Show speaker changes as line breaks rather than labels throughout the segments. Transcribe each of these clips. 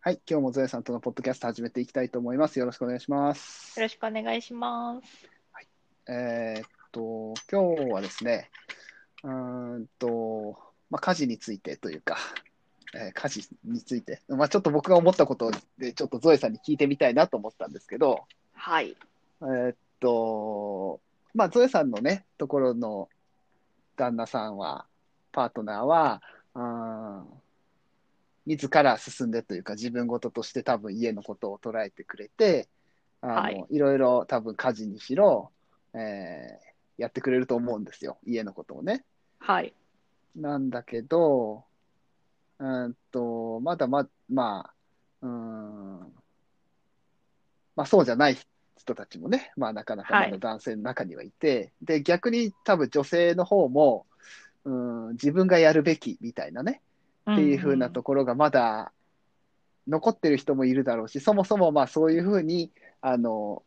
はい、今日もゾエさんとのポッドキャスト始めていきたいと思います。よろしくお願いします
よ。ろしくお願いします。
えーっと、今日はですね、うーんと、まあ、家事についてというか、えー家事について、まあ、ちょっと僕が思ったことで、ちょっとゾエさんに聞いてみたいなと思ったんですけど、
はい。
えーっと、まあ、ゾエさんのね、ところの旦那さんは、パートナーは、うーん自ら進んでというか、自分事として多分家のことを捉えてくれて、あの
はい
いろいろ多分家事にしろ、えーやってくれると思うんですよ、家のことをね。
はい。
なんだけど、うーんと、まだま、まあ、うーん、まあそうじゃない人たちもね、まあなかなか
はい
まだ男性の中にはいて、で、逆に多分女性の方も、うーん、自分がやるべきみたいなね、っていう風なところがまだ残ってる人もいるだろうし、そもそもまあそういう風に、あの、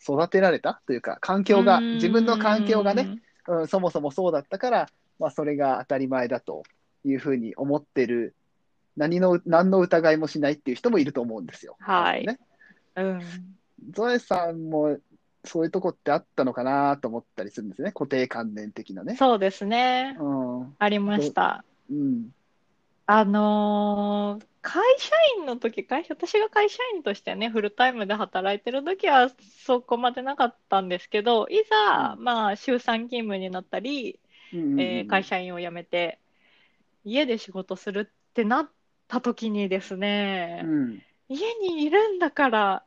育てられたというか、環境が、自分の環境がね、。うん、そもそもそうだったから、まあ、それが当たり前だというふうに思ってる何の何の疑いもしないっていう人もいると思うんですよ。
はい
ね、
うん。
ゾエさんもそういうとこってあったのかなと思ったりするんですね固定観念的なね。
そうですね。
うんうん
ありました。あのー会社員の時、会社、私が会社員としてね、フルタイムで働いてる時はそこまでなかったんですけど、いざ、
う
まあ、週3勤務になったり、
うん
えー会社員を辞めて、家で仕事するってなった時にですね、
うん
家にいるんだから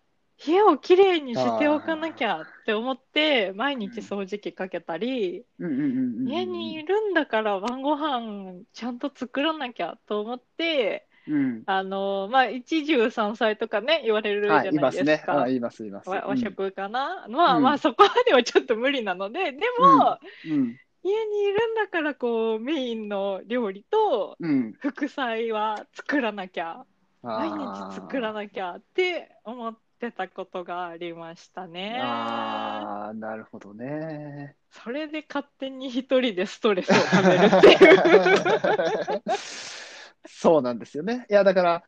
部屋をきれいにしておかなきゃって思って毎日掃除機かけたり、
うんうんうんうん
家にいるんだから晩ご飯ちゃんと作らなきゃと思って
うん
あのまあ一汁三菜とかね言われるじゃ
はいい
ない
ます
です
ね。
か。
はいいますいます。
和和食かな、まあま
うん
あそこまではちょっと無理なので、でも、
うん
家にいるんだからこうメインの料理と
うんうん
副菜は作らなきゃ毎
あー
日作らなきゃって思ってたことがありましたね。
あーなるほどね。
それで勝手に一人でストレスをためるって いう。
そうなんですよね。いや、だから、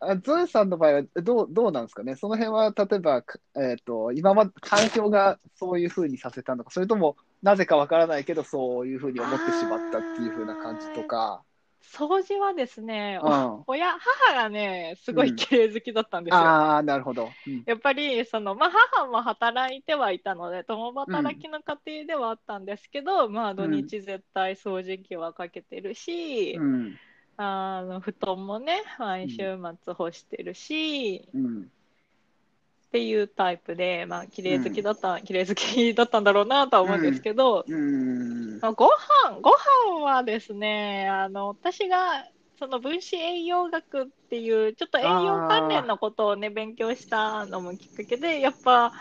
あゾエさんの場合はどう、どうなんですかね。その辺は、例えば、かえっ、と、今まで環境がそういうふうにさせたのか、それとも、なぜかわからないけど、そういうふうに思ってしまったっていうふうな感じとか。
掃除はですね、
うん、あ
親、母がね、すごい綺麗好きだったんですよ。
あー、なるほど。うん
やっぱりその、まあ、母も働いてはいたので共働きの家庭ではあったんですけど、まあ、土日絶対掃除機はかけてるし、
うん、
あの布団もね毎週末干してるし、
うん、
っていうタイプで、まあ、綺麗好きだった、綺麗好きだったんだろうなとは思うんですけど、
うん、
まあご飯、ご飯はですね、あの、私が、その分子栄養学っていう、ちょっと栄養関連のことをね、勉強したのもきっかけで、やっぱ、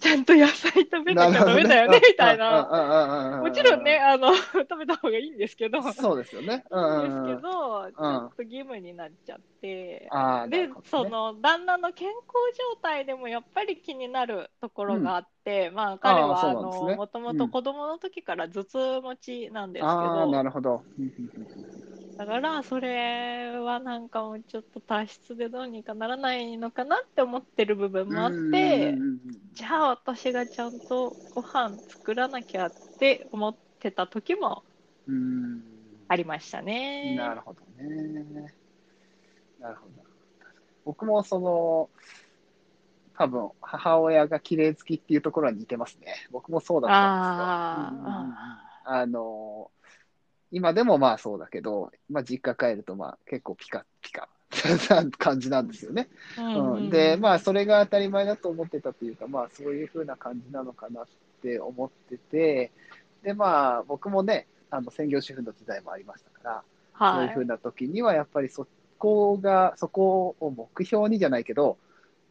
ちゃんと野菜食べなきゃダメだよね、みたいな。
な
もちろんね、。あの、食べた方がいいんですけど、
ああああああそうですよね。う
い
ん
いんです
うん
け
うん。
ど、ちょっと義務になっちゃって、
ああ、な
で、
るほどね
その旦那の健康状態でもやっぱり気になるところがあって、まあ彼は
そう
あ
なんです
の
ね
もとも
う
と
ん
子供の時から頭痛持ちなんですけ
ああ、な
ど、
るほど。うんうんうん
だからそれはなんかもうちょっと体質でどうにかならないのかなって思ってる部分もあって
うんうん、うんうん
じゃあ私がちゃんとご飯作らなきゃって思ってた時も
うーん
ありましたね。
なるほどね。なるほど。僕もその、多分母親が綺麗好きっていうところは似てますね。僕もそうだったんですよ。うんうんうん
あ
あの、今でもまあそうだけど、まあ実家帰るとまあ結構ピカピカな感じなんですよね。
ーあー、
う
うんん
で、ま
あ、
あそれが当たり前だと思ってたというか、まあそういう風な感じなのかなって思ってて、でまあ僕もね、あの専業主婦の時代もありましたから、そう
は
いうふう
い、
な時にはやっぱりそこがそこを目標にじゃないけど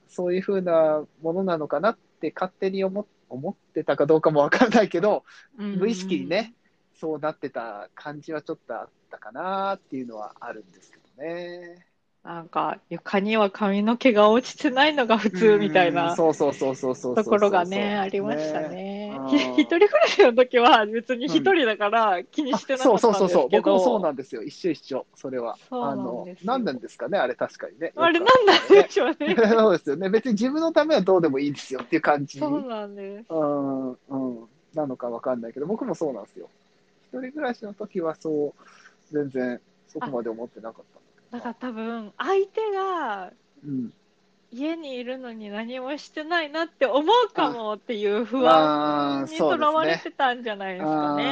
そういうふうなものなのかなって勝手に思っ思ってたかどうかもわからないけど無意識にねそうなってた感じはちょっとあったかなっていうのはあるんですけどね。
なんか床には髪の毛が落ちてないのが普通みたい
うん
な
そうそうそうそうそうそうそう
ところがねありましたね。ひ一人暮らしの時は別に一人だから気に
あ
してなか
そう
った
そ
ん
う
です
そうそう
け
僕もそう
ど、
なんですよ一緒一緒それは
そうな
あ
ん
の
ですよ
何なんですかねあれ確かにね
あれなんなんでしょうね。
そうですよね別に自分のためはどうでもいいですよっていう感じ
そうなんです。
うんうんなのかわかんないけど僕もそうなんですよ一人暮らしの時はそう全然そこまで思ってなかっ
だから多分相手
た
が
うん
家にいるのに何もしてないなって思うかもっていう不安
ああ
に
そ
と
うで
らわ
す
れ
ね
てたんじゃないですかね。
あ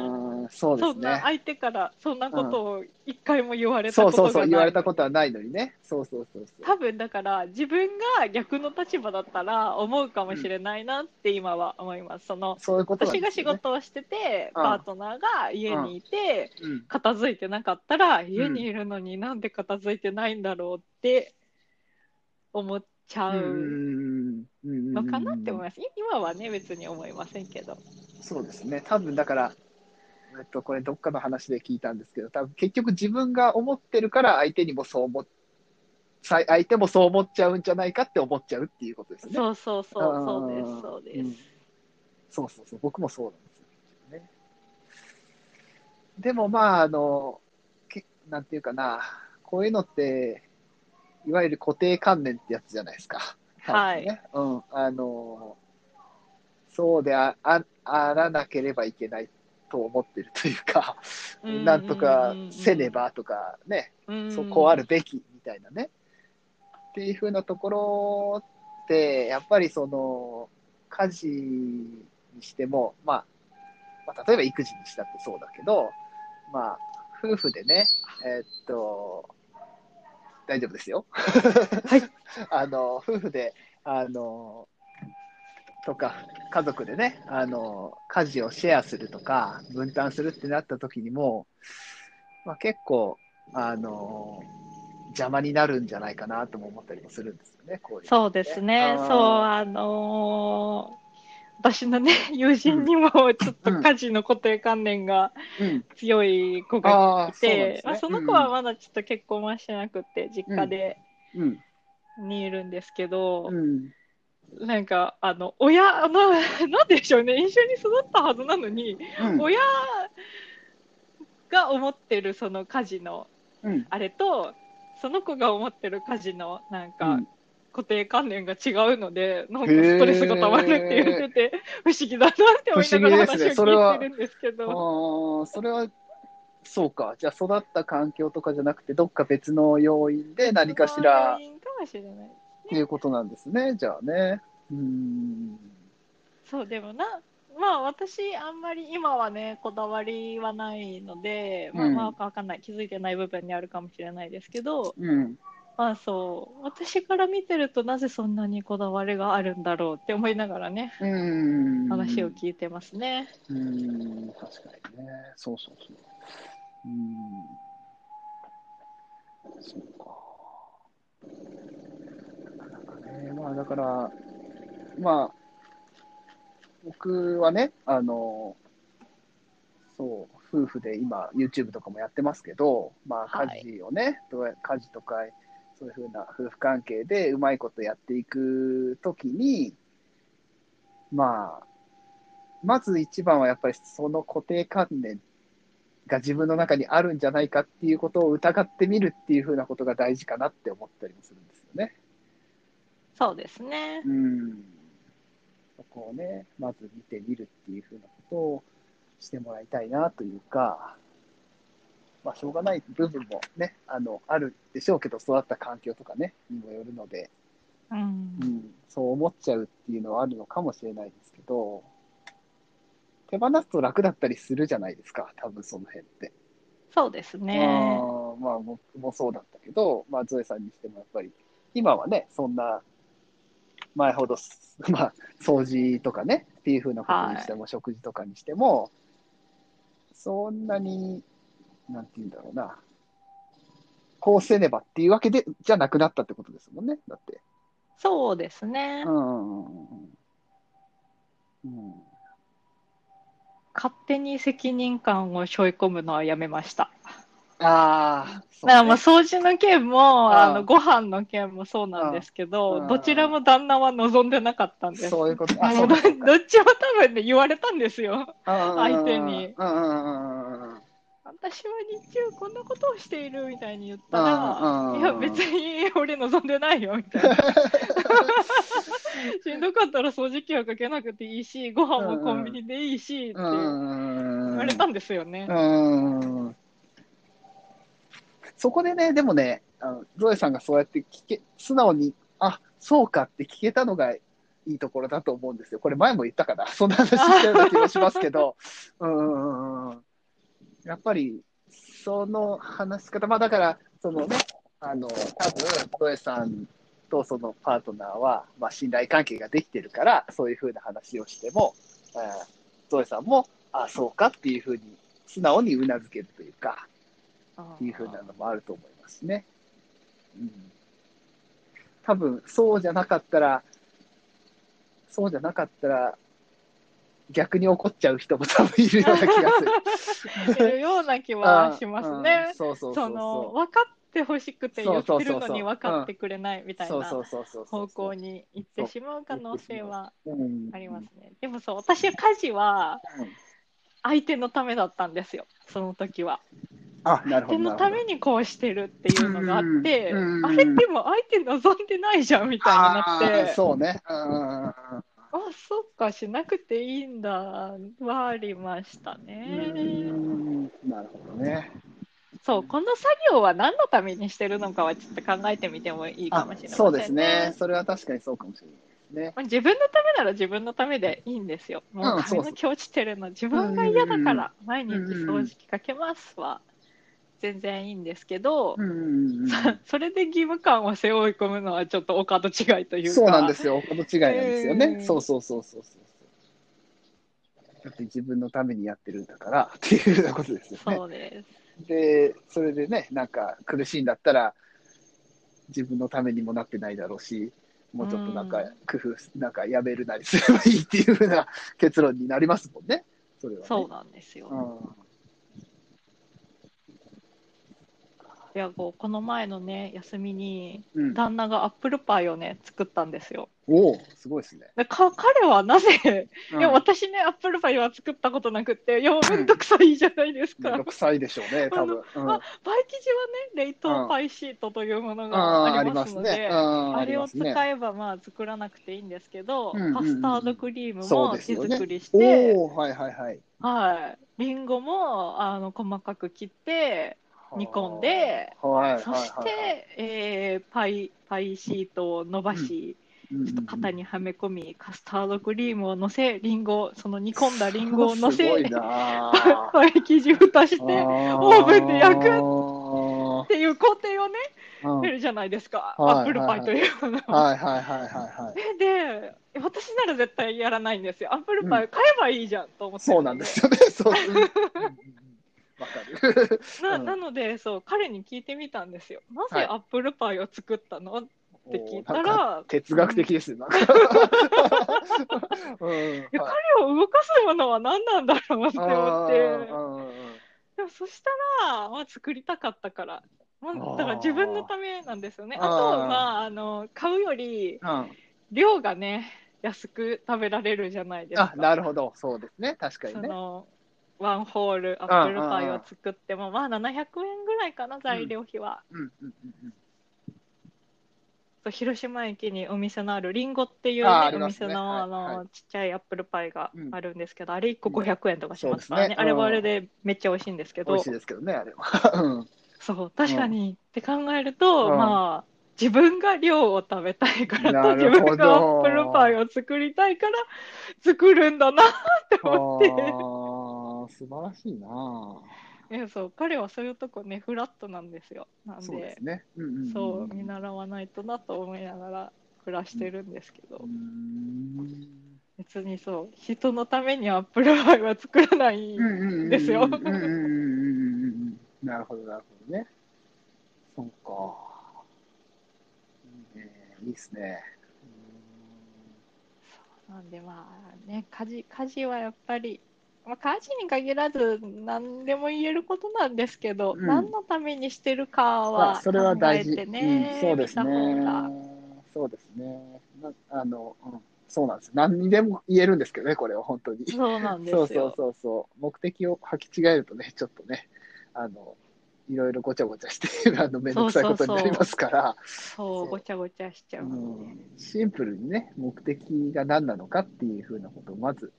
ーそうで
そ
す
んな
ね
相手からそんなことを一回も言われた
そ
こ
うそ
と
うそ
が
う言われ
ない
た。ことはないのにねそうそうそうそう
多分だから自分が逆の立場だったら思うかもしれないなって今は思います。その
そういうことなん
私
で
が
す
仕
よね
事をしてて
うん
パートナーが家にいて
うん
片付いてなかったら家にいるのになんで片付いてないんだろうって思っちゃ
う
うん
うん
のかなって思い
い
ます。い今はね別に思いませんけど。
ますそうですね多分だからえっとこれどっかの話で聞いたんですけど多分結局自分が思ってるから相手にもそう思っさい相手もそう思っちゃうんじゃないかって思っちゃうっていうことですね
そうそうそうそうで
あ
す
ー
そうで
う
す
ん。そうそうそう、僕もそうなんですよ、ね。でもまあ、あの、けなんていうかな、こういうのって、いわゆる固定観念ってやつじゃないですか。
はい。
多分ねうん。あの、そうであああらなければいけないと思ってるというか、なんとかせねばとかね、そうこうあるべきみたいなね。っていう風なところって、やっぱりその、家事にしても、まあ、まあ、例えば育児にしたってそうだけど、まあ、夫婦でね、えーっと、大丈夫ですよ。はい あの、夫婦で、あの、とか、家族でね、あの、家事をシェアするとか、分担するってなった時にも、まあ結構、あの、邪魔になるんじゃないかなとも思ったりもするんですよね、こういうの。
そうですね、
あー
そう、あのー私のね、友人にもちょっと家事の固定観念が
うん。
強い子が
あ
い
あ、そうなん
て、
です
まあ、
ね。
その子はまだちょっと結婚はしてなくて、実家で
うん、
にいるんですけど、
うん。
なんか、あの 親、まあ、なんでしょうね、一緒に育ったはずなのに、
うん。
親が思ってるその家事の
うん。
あれと、その子が思ってる家事のなんか、
うん
固定観念が違うので、なんか
へー
ストレスがたまるって言ってて、不思議だなって思いな
不思議
がら
で
話
す
を
ねそれは
聞いてるんですけ
あ
ど、
ーそれは、そうか。じゃあ、育った環境とかじゃなくて、どっか別の要因で何かしら
原因かもしれない。
っていうことなんですね、じゃあね。うーん。
そう、でもな、まあ私、あんまり今はね、こだわりはないので、まあ
うん
まあわかんない、気づいてない部分にあるかもしれないですけど、
うん。
まあそう、私から見てるとなぜそんなにこだわりがあるんだろうって思いながらね、
うーん。
話を聞いてますね。
うーん、確かにね。そうそうそう。うーん。そうか。なかなかね、まあだから、まあ、僕はね、あの、そう、夫婦で今、YouTube とかもやってますけど、まあ
はい
家事をね、どうや家事とか、そういうふうな夫婦関係でうまいことやっていくときに、まあ、まず一番はやっぱりその固定観念が自分の中にあるんじゃないかっていうことを疑ってみるっていうふうなことが大事かなって思ったりもするんですよね。
そうですね。
うん。そこをね、まず見てみるっていうふうなことをしてもらいたいなというか、まあ、しょうがない部分もね、あの、あるでしょうけど、育った環境とかね、にもよるので、
うん
うん、そう思っちゃうっていうのはあるのかもしれないですけど、手放すと楽だったりするじゃないですか、多分その辺って。
そうですね。
あーまあ僕もそうだったけど、まあ、ゾエさんにしてもやっぱり、今はね、そんな、前ほどす、 まあ、掃除とかね、っていうふうなことにしても、食事とかにしても、そんなに、なんて言うんだろうな、こうせねばっていうわけでじゃなくなったってことですもんね、だって。
そうですね
う。んうんうんうん。
勝手に責任感を背負い込むのはやめました。
ああ、そ
だから
う
まあ
ね
掃除の件も、
ああ
あのご飯の件もそうなんですけ
ああ
ど、どちらも旦那は望んでなかったんです。
そういうこと。
もうどどっ ちも多分ね、言われたんですよ。
相
相手に
うんうんうんうんうんうん。
私は日中こんなことをしているみたいに言ったら、
うんうんうん
いや、別に俺望んでないよみたい な。しんどかったら掃除機はかけなくていいし、ご飯もコンビニでいいしって
うん
言
うんうん
われたんですよね。
うんそこでね、でもね、あのゾエさんがそうやって聞け、素直に、あそうかって聞けたのがいいところだと思うんですよ。これ前も言ったかな、 そんな話したような気もしますけど、うんうんうんうんやっぱり、その話し方、まあだから、そのね、あの、多分ゾエさんとそのパートナーは、まあ信頼関係ができてるから、そういうふうな話をしても、えーゾエさんも、あそうかっていうふうに素直にうなずけるというか、いうふうなのもあると思いますね。うん、多分、そうじゃなかったら、そうじゃなかったら、逆に怒っちゃう人も多分いるような気がす
い
る。
るような気はします
うん。
ね。
そうそうそう
その分かってほしくて言ってるのに分かってくれないみたい
そう
な
そうそうそうそう
方向に行ってしまう可能性は
うん
ありますね。でもそう、私は家事は
うん
相手のためだったんですよ、その時は。
あ、なる
相
ほ
手
ど。なる
の
ほ
た
ど
めにこうしてるっていうのがあって、
うんうん
あれでも相手望んでないじゃんみたいにな
あ
って、
ー
あ
そうね。うんうんうんうん
そっか、しなくていいんだはありました
う
ね。
んなるほどね。
そう、この作業は何のためにしてるのかはちょっと考えてみてもいいかもしれません、
あそうですね。。それは確かにそうかもしれないですね。
まあ自分のためなら自分のためでいいんですよ。も
うん
う
そうそう
髪の毛落ちてるの自分が嫌だから毎日掃除機かけますは全然いいんですけど、
うんうんうん
それで義務感を背負い込むのはちょっとお門違いというか。
そうなんですよ。この違いなんですよね。
うん
そうそうそうそうそう。だって自分のためにやってるんだから っていうようなことですよね。
そうです。
で、それでね、なんか苦しいんだったら、自分のためにもなってないだろうし、もうちょっとなんか
うん
工夫、なんかやめるなりすればいいっていうふうな結論になりますもんね。それはね。
そうなんですよ。いやこうこの前のね休みに
うん。うん、
旦那がアップルパイをね作ったんですよ。
おお、すごいですね。
でか彼はなぜ
うん
いや私ね、アップルパイは作ったことなくって、いや、もうめんどくさいじゃないです
めん
か。
どくさいでしょうね、多分。うん
まあ、パイ生地はね、冷凍パイシートというものが
あ
あ
り
りま
ますす
の
ね
で、。
う
あ
んあり
れを
ます
使
ね。
えばまあ作らなくていいんですけど、
うんうんうん
カスタードクリーム
そう
も
です
手
よね
作りして、
おおはいはいはい。
はい、リンゴもあの細かく切って、煮込んで
はいはいはいはい、
そして、えーパイパイシートを伸ばし、
うん
ちょっと型にはめ込み、カスタードクリームをのせ、リンゴ、その煮込んだリンゴをの
すご
せ
い、な あ
パイ生地蓋して、 オーブンで焼くっていう工程をね、
うん
出るじゃないですか、
はい
アップルパイというものを。
はいはいはいはいはい。
で、私なら絶対やらないんですよ、アップルパイ買えばいいじゃんと思ってる
そうなんですよね。そう。うんうんうんわかる。
な
うん
なのでそう、彼に聞いてみたんですよ、な
はい
ぜアップルパイを作ったのって聞いた、
おー なんから哲学的ですよ。なんか。うんはい
や彼を動かすものは何なんだろうって思って、でもそしたら、まあ、作りたかったから、まあ、だから自分のためなんですよね。
あ
あ
ー
とは、まあ、あの買うより
あーうん
量がね、安く食べられるじゃないですか
あ。なるほど、そうですね、確かに
そ
ね。
のワンホールアップルパイを作っても、まあ700円ぐらいかな、材料費は。
うんうんうん
そう広島駅にお店のあるリンゴっていう、ね
あーあり
お
ます
店
ね
の,、
はい
あの
は
ちっちゃいアップルパイが
うん
あるんですけど、あれ1個500円とかしますから
そうですね
ね、あれはあれでめっちゃ美味しいんですけ
美
ど、
味しいですけどね、あれは。うん
そう確かに、って考えると、
うん
まあ自分が量を食べたいから
な
と
る
自
ほど
分がアップルパイを作りたいから作るんだなって
あ
思っ
ー
て。
素晴らしいなあ
いやそう彼はそういうとこねフラットなんですよなんで
そうですね。うんうんん
そう見習わないとなと思いながら暮らしてるんですけど、
うーん
別にそう人のためにアップルパイは作らない、
うんうんうん
ですよ
うんうんうんうんうんうんなるほど、なるほどね。そうか。いいねいいですね。
なんでまあね家事家事はやっぱりまあ、家事に限らず何でも言えることなんですけど、
うん
何のためにしてるか
あ
は
そ
考
れは大
え
事、
てね、
うん、そうですね
見た方が
そうですねなあの、うん、そうなんです何にでも言えるんですけどねこれは本当に
そうなんです
そ
よ
うそうそうそう目的を履き違えるとねちょっとねあのいろいろごちゃごちゃして あの面倒くさいことになりますから
そう
そう
ごちゃごちゃしちゃうので、
うんシンプルにね目的が何なのかっていうふうなことをまず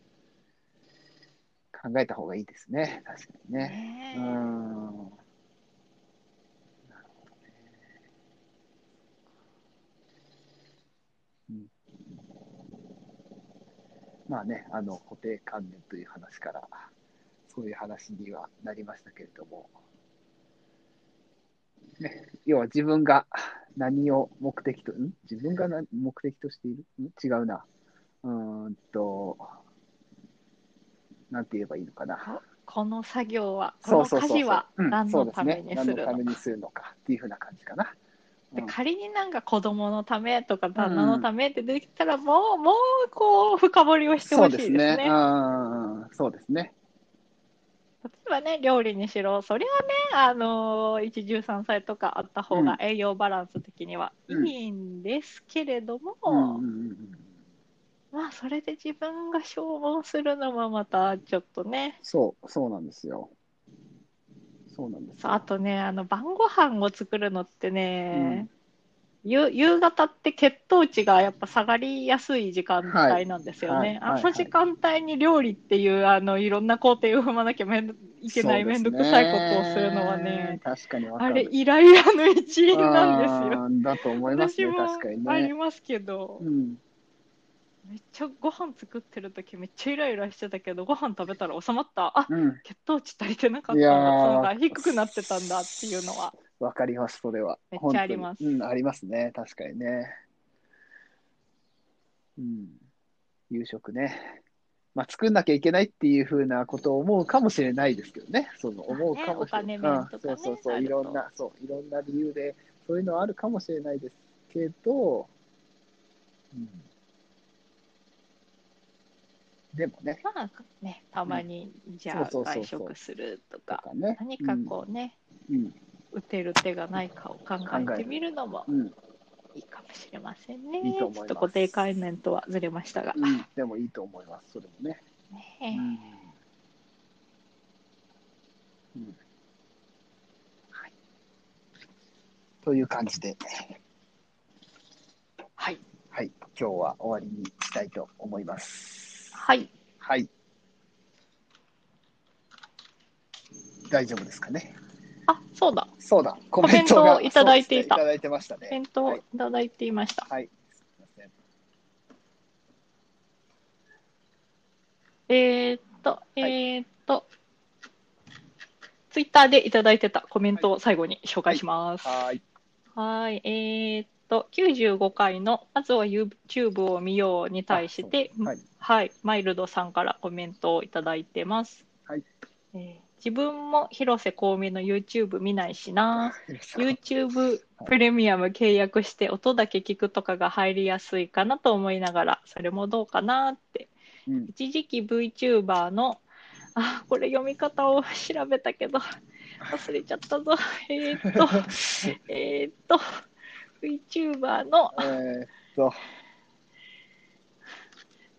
考えた方がいいですね確かにね。
ね
うんなるほどねうんまあね、あの固定観念という話からそういう話にはなりましたけれども、ね、要は自分が何を目的とん自分が何目的としているん違うなうーんとなんて言えばいいのかな
この作業はこ
そ
の
うそうそ
家
うそう
事は
うん
何
そ
の
うです
た
ね
めにするの
何のためにするのかっていうふうな感じかな。
で
うん
仮になんか子供のためとか旦那のためって出てきたら、もうもうこう深掘りをして
そ
ほ
う
し
で
いですす
ね
ね。。
うんそうですね。
例えばね料理にしろそりゃねあのー一汁三菜とかあった方
うん
が栄養バランス的には
う
い
ん
いんですけれども、
うんうんうんうん
まあそれで自分が消耗するのもまたちょっとね
そう、そうなんですよ。そうなんです
そうあ
よ。
とねあの晩ご飯を作るのってね、ゆ夕方って血糖値がやっぱ下がりやすい時間帯なんですよね、
はいはい
あの時間帯に料理っていうあのいろんな工程を踏まなきゃめんいけない
そうで
面
す
倒
ね
くさいことをするのはね。
確かにわか
あれ
る。
イライラの一因なんですよ。
あーだと思います
私
ね、
も
確かに
あり
ね。
ますけど、
うん、
めっちゃご飯作ってる時めっちゃイライラしてたけどご飯食べたら収まったあ
うん、
血糖値足りてなかったん
い
だ
や
そう
ー
だ低くなってたんだっていうのは
わかります、それは。
めっちゃあります
本当にうん、ありますね、確かにね。うん、夕食ね。まあ、作んなきゃいけないっていうふうなことを思うかもしれないですけどね、その思うかもしれない。
ねお金面とかね
うんそうそうそ
あ
う、
る
い
と
ろんな、そう、いろんな理由で、そういうのはあるかもしれないですけど、うん、でもね、
まあねたまにじゃあ
そうそうそう
外
そう
食すると
と
か
かね。
何かこうね、
うん、うん
打てる手がないかを考えてみるのも
うん、
いいかもしれませんね。
いい
ち
と
ょ
思います
っと固定概念とはずれましたが。
うん、でもいいと思います、それもね。
ね
うんはいという感じで、
はい
はい、今日は終わりにしたいと思います。
はい
はい。大丈夫ですかね。
あそうだ
そうだ、コ
メントをいただいていた
そうですねいただいてましたね。
返答いただいていました。
はい。すみません。
えーっと、え
い
ーっと、ツイッターでいただいてたコメントを最後に紹介します。は
はーい。
い、えーっと、95回の、まずは YouTube を見ように対して
あ、そうはい。
はい、マイルドさんからコメントをいただいてます。
はい
えー自分も広瀬香美の YouTube 見ないしな。YouTube プレミアム契約して音だけ聞くとかが入りやすいかなと思いながら、それもどうかなって
うん
一時期 VTuber のあこれ読み方を調べたけど忘れちゃったぞ えーっ とえーっと VTuber の
えーっと、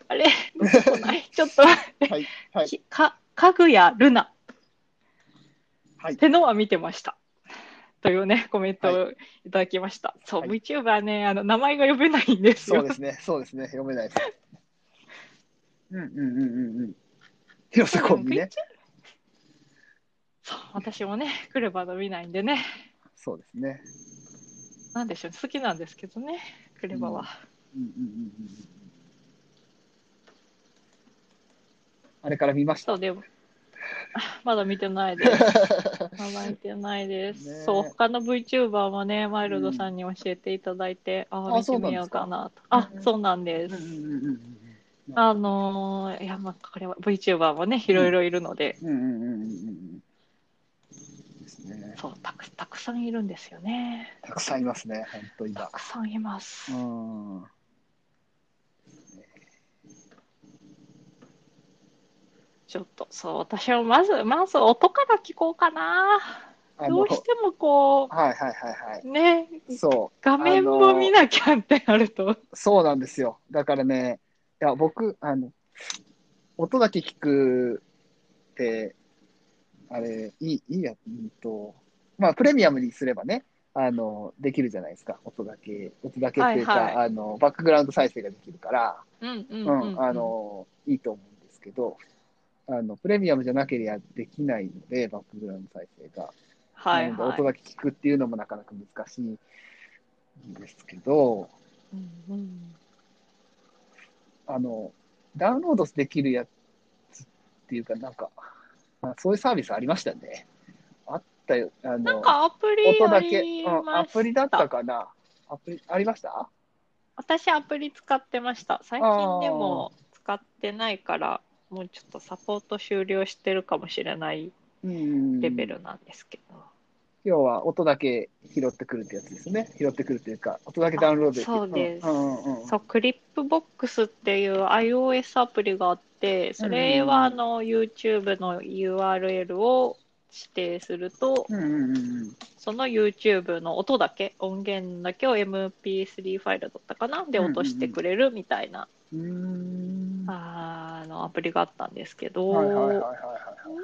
あれ出てこないちょっと 待って
はい。はい。
きかかぐやるな
はい。
ってのは見てましたというねコメントを
はい
ただきました、そう、
はい
VTuber ねあの名前が呼べないんです
そ
よ
うですね、そうですね、読めないです。うんうんうんうんうん。広瀬
多
コ
分
ンビ
VTuber
ね。
そう私もねクレバの見ないんでね
そうですね。
なんでしょう好きなんですけどねクレバは、
うんうんうんうん。あれから見ました。
そうでも あまだ見てな いです。まだ見てないです。
ねえ
そう他の VTuber もねマイルドさんに教えていただいて、あ
あ
あ見てみようかなと。あそうなんで
うん
す。
うんうんうんうん。
あのーいやまあこれは VTuber もねいろいろいるので、
うんうんうんうんうん。ですね。
そうたくたくさんいるんですよね。
たくさんいますね、本当
た
今。
くさんいます。
うん。
ちょっとそう私はまずまず音から聞こうかな
あ
ど
の
うしてもこ
はいはいはいは
うね
い。そう。
画面も見なきゃってなると、
そうなんですよ。だからね、いや、僕、あの、音だけ聞くって、あれ、いい、いいや、うんと、まあ、プレミアムにすればね、あの、できるじゃないですか。音だけ、音だけっていうか、
はいは
あの、バックグラウンド再生ができるから、
うん
う
う
んん、
うんうん
あの、いいと思うんですけど、あの、プレミアムじゃなければできないので、バックグラウンド再生が。
は
な
い
ので
はい
音だけ聞くっていうのもなかなか難しいんですけど、
うんうん
あの、ダウンロードできるやつっていうか、なんか、まあ、そういうサービスありましたね。あったよ。あの、
なんかアプリ
音
あ
だけ、
り
う
ま
ん、ア
し
プリだったかな。アプリ、ありました
私アプリ使ってました最近でも使ってないからもうちょっとサポート終了してるかもしれない
うん。
レベ。ルなんですけど、
要は、音だけ拾ってくるってやつですね。拾ってくるっていうか、音だけダウンロードできる。
そうです、
うんうんうん
そうクリップボックスっていう iOS アプリがあってそれはあの YouTube の URL を指定すると
うんうんうん
その YouTube の音だけ音源だけを MP3 ファイルだったかなで落としてくれるみたいな、
うん。うーん。は
あのアプリがあったんですけど、
いはいはいはいは。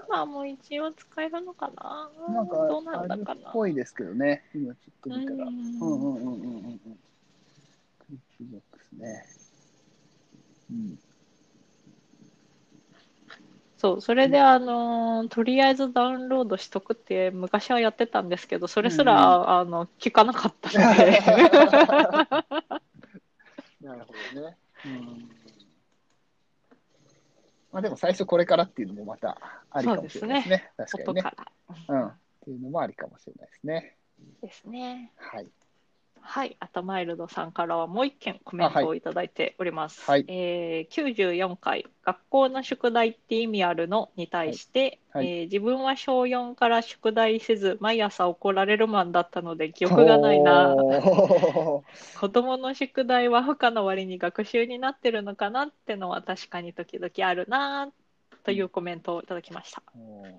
今も一応使えるのかない
なんか
どう、
あ
なん
れ
だ
っ
かな
ぽいですけどね。今ちょっと
う
見たら。
ん
うんうんうんうんうんうん。クリップボックスね。うん。
そうそれで、あのーとりあえずダウンロードしとくって昔はやってたんですけどそれすら、あの聞かなかったので
なるほどね。うん。まあでも最初これからっていうのもまたありかもしれないですね。確か
音
にね。
か
う
ら、
ん。っていうのもありかもしれないですね。
ですね
はい。
はい、あとマイルドさんからはもう一件コメントをいただいております。
あはい
えー、94回「学校の宿題って意味あるの?」に対して、
はいはい
えー自分は小4から宿題せず毎朝怒られるマンだったので記憶がないな
おー
子どもの宿題は負荷の割に学習になってるのかなってのは確かに時々あるなというコメントをいただきました。
おー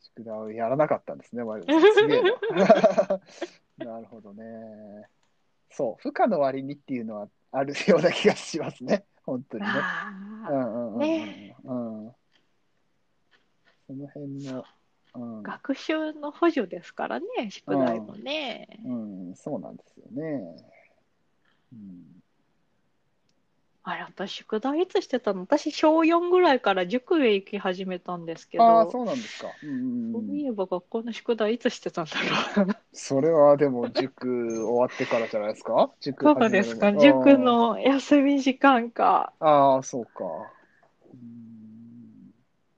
宿題をやらなかったん ですね、我々すげえな。 なるほどね。そう、負荷の割にっていうのはあるような気がしますね、本当にね。
あ
う
ー
んうんうんうん
ね
うん。その辺の、うん、
学習の補助ですからね宿題もね。
うん、そうなんですよね。うん、
あれ、私、宿題いつしてたの私、小4ぐらいから塾へ行き始めたんですけ
ああ、
ど、
そうなんですか。うんう
そうんい
うん、
えば学校の宿題いつしてたんだ ろう。
それはでも、塾終わってからじゃないですか塾
ど
始
う
め
で
る
すか
の
塾。の休み時間か。
あーあー、そうか。うん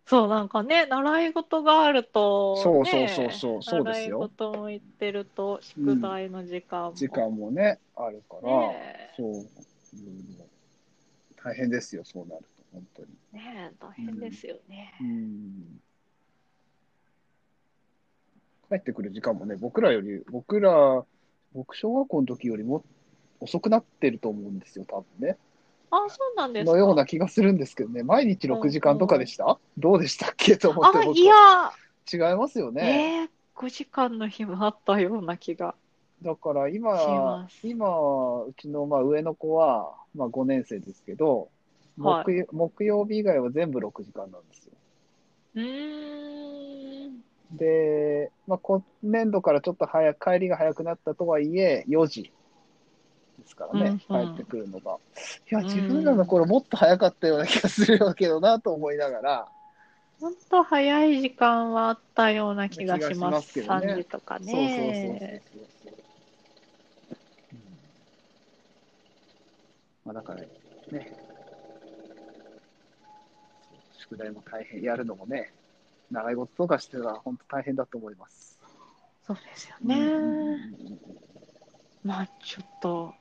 そう、なんかね、習い事があると、
そうそう
ね
そうそうそうですよ
習い事も行ってると、宿題の時間も。
時間もね、あるから、
ね
そう、いろいろ大変ですよ、そうなると、本当に。
え、ねえ大変ですよね。
うん帰ってくる時間もね、僕らより、僕ら、僕、小学校の時よりも遅くなってると思うんですよ、多分ね。
あ、そうなんです
のよう
か。
な気がするんですけどね、毎日
うんうん
6時間とかでした、どうでしたっけと思って、
あ、
僕
いや、
違いますよね。
ええ、5時間の日もあったような気が。
だから
し
今
ま、す
今、うちのまあ上の子は、まあ、5年生ですけど、
はい
木曜木曜日以外は全部6時間なんですよ。
うーん。
で、まあ、今年度からちょっと早く帰りが早くなったとはいえ、4時ですからね、
うんうん
帰ってくるのが。いや、
うん
自分らの頃もっと早かったような気がするわけどなと思いながら、
本当早い時間はあったような気がしま
気
す。
がしますけどね
3時とか
そうそうそう
ね。
そうそう。うんまあ、だからね、宿題も大変、やるのもね、習い事とかしてたら本当大変だと思います。
そうですよね。まあちょっと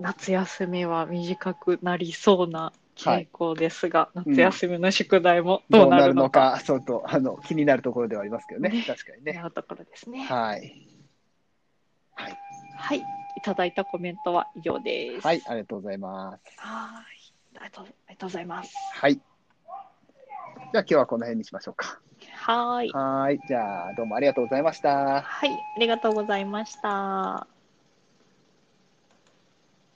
夏休みは短くなりそうな傾向ですが、
いうん
夏休みの宿題もど
ど
う
う
な
な
る
る
の
の
か
か、ちょっとあの気になるところではありますけどね
ね、
確かに
とい
ね。
うところですね。
はい。はい、
はい、いただいたコメントは以上です。
はい、ありがとうございます。
はーいありがとうありがとうございます。
はい。じゃあ今日はこの辺にしましょうか。
はーい。
はーい。じゃあどうもありがとうございました。
はい、ありがとうございました。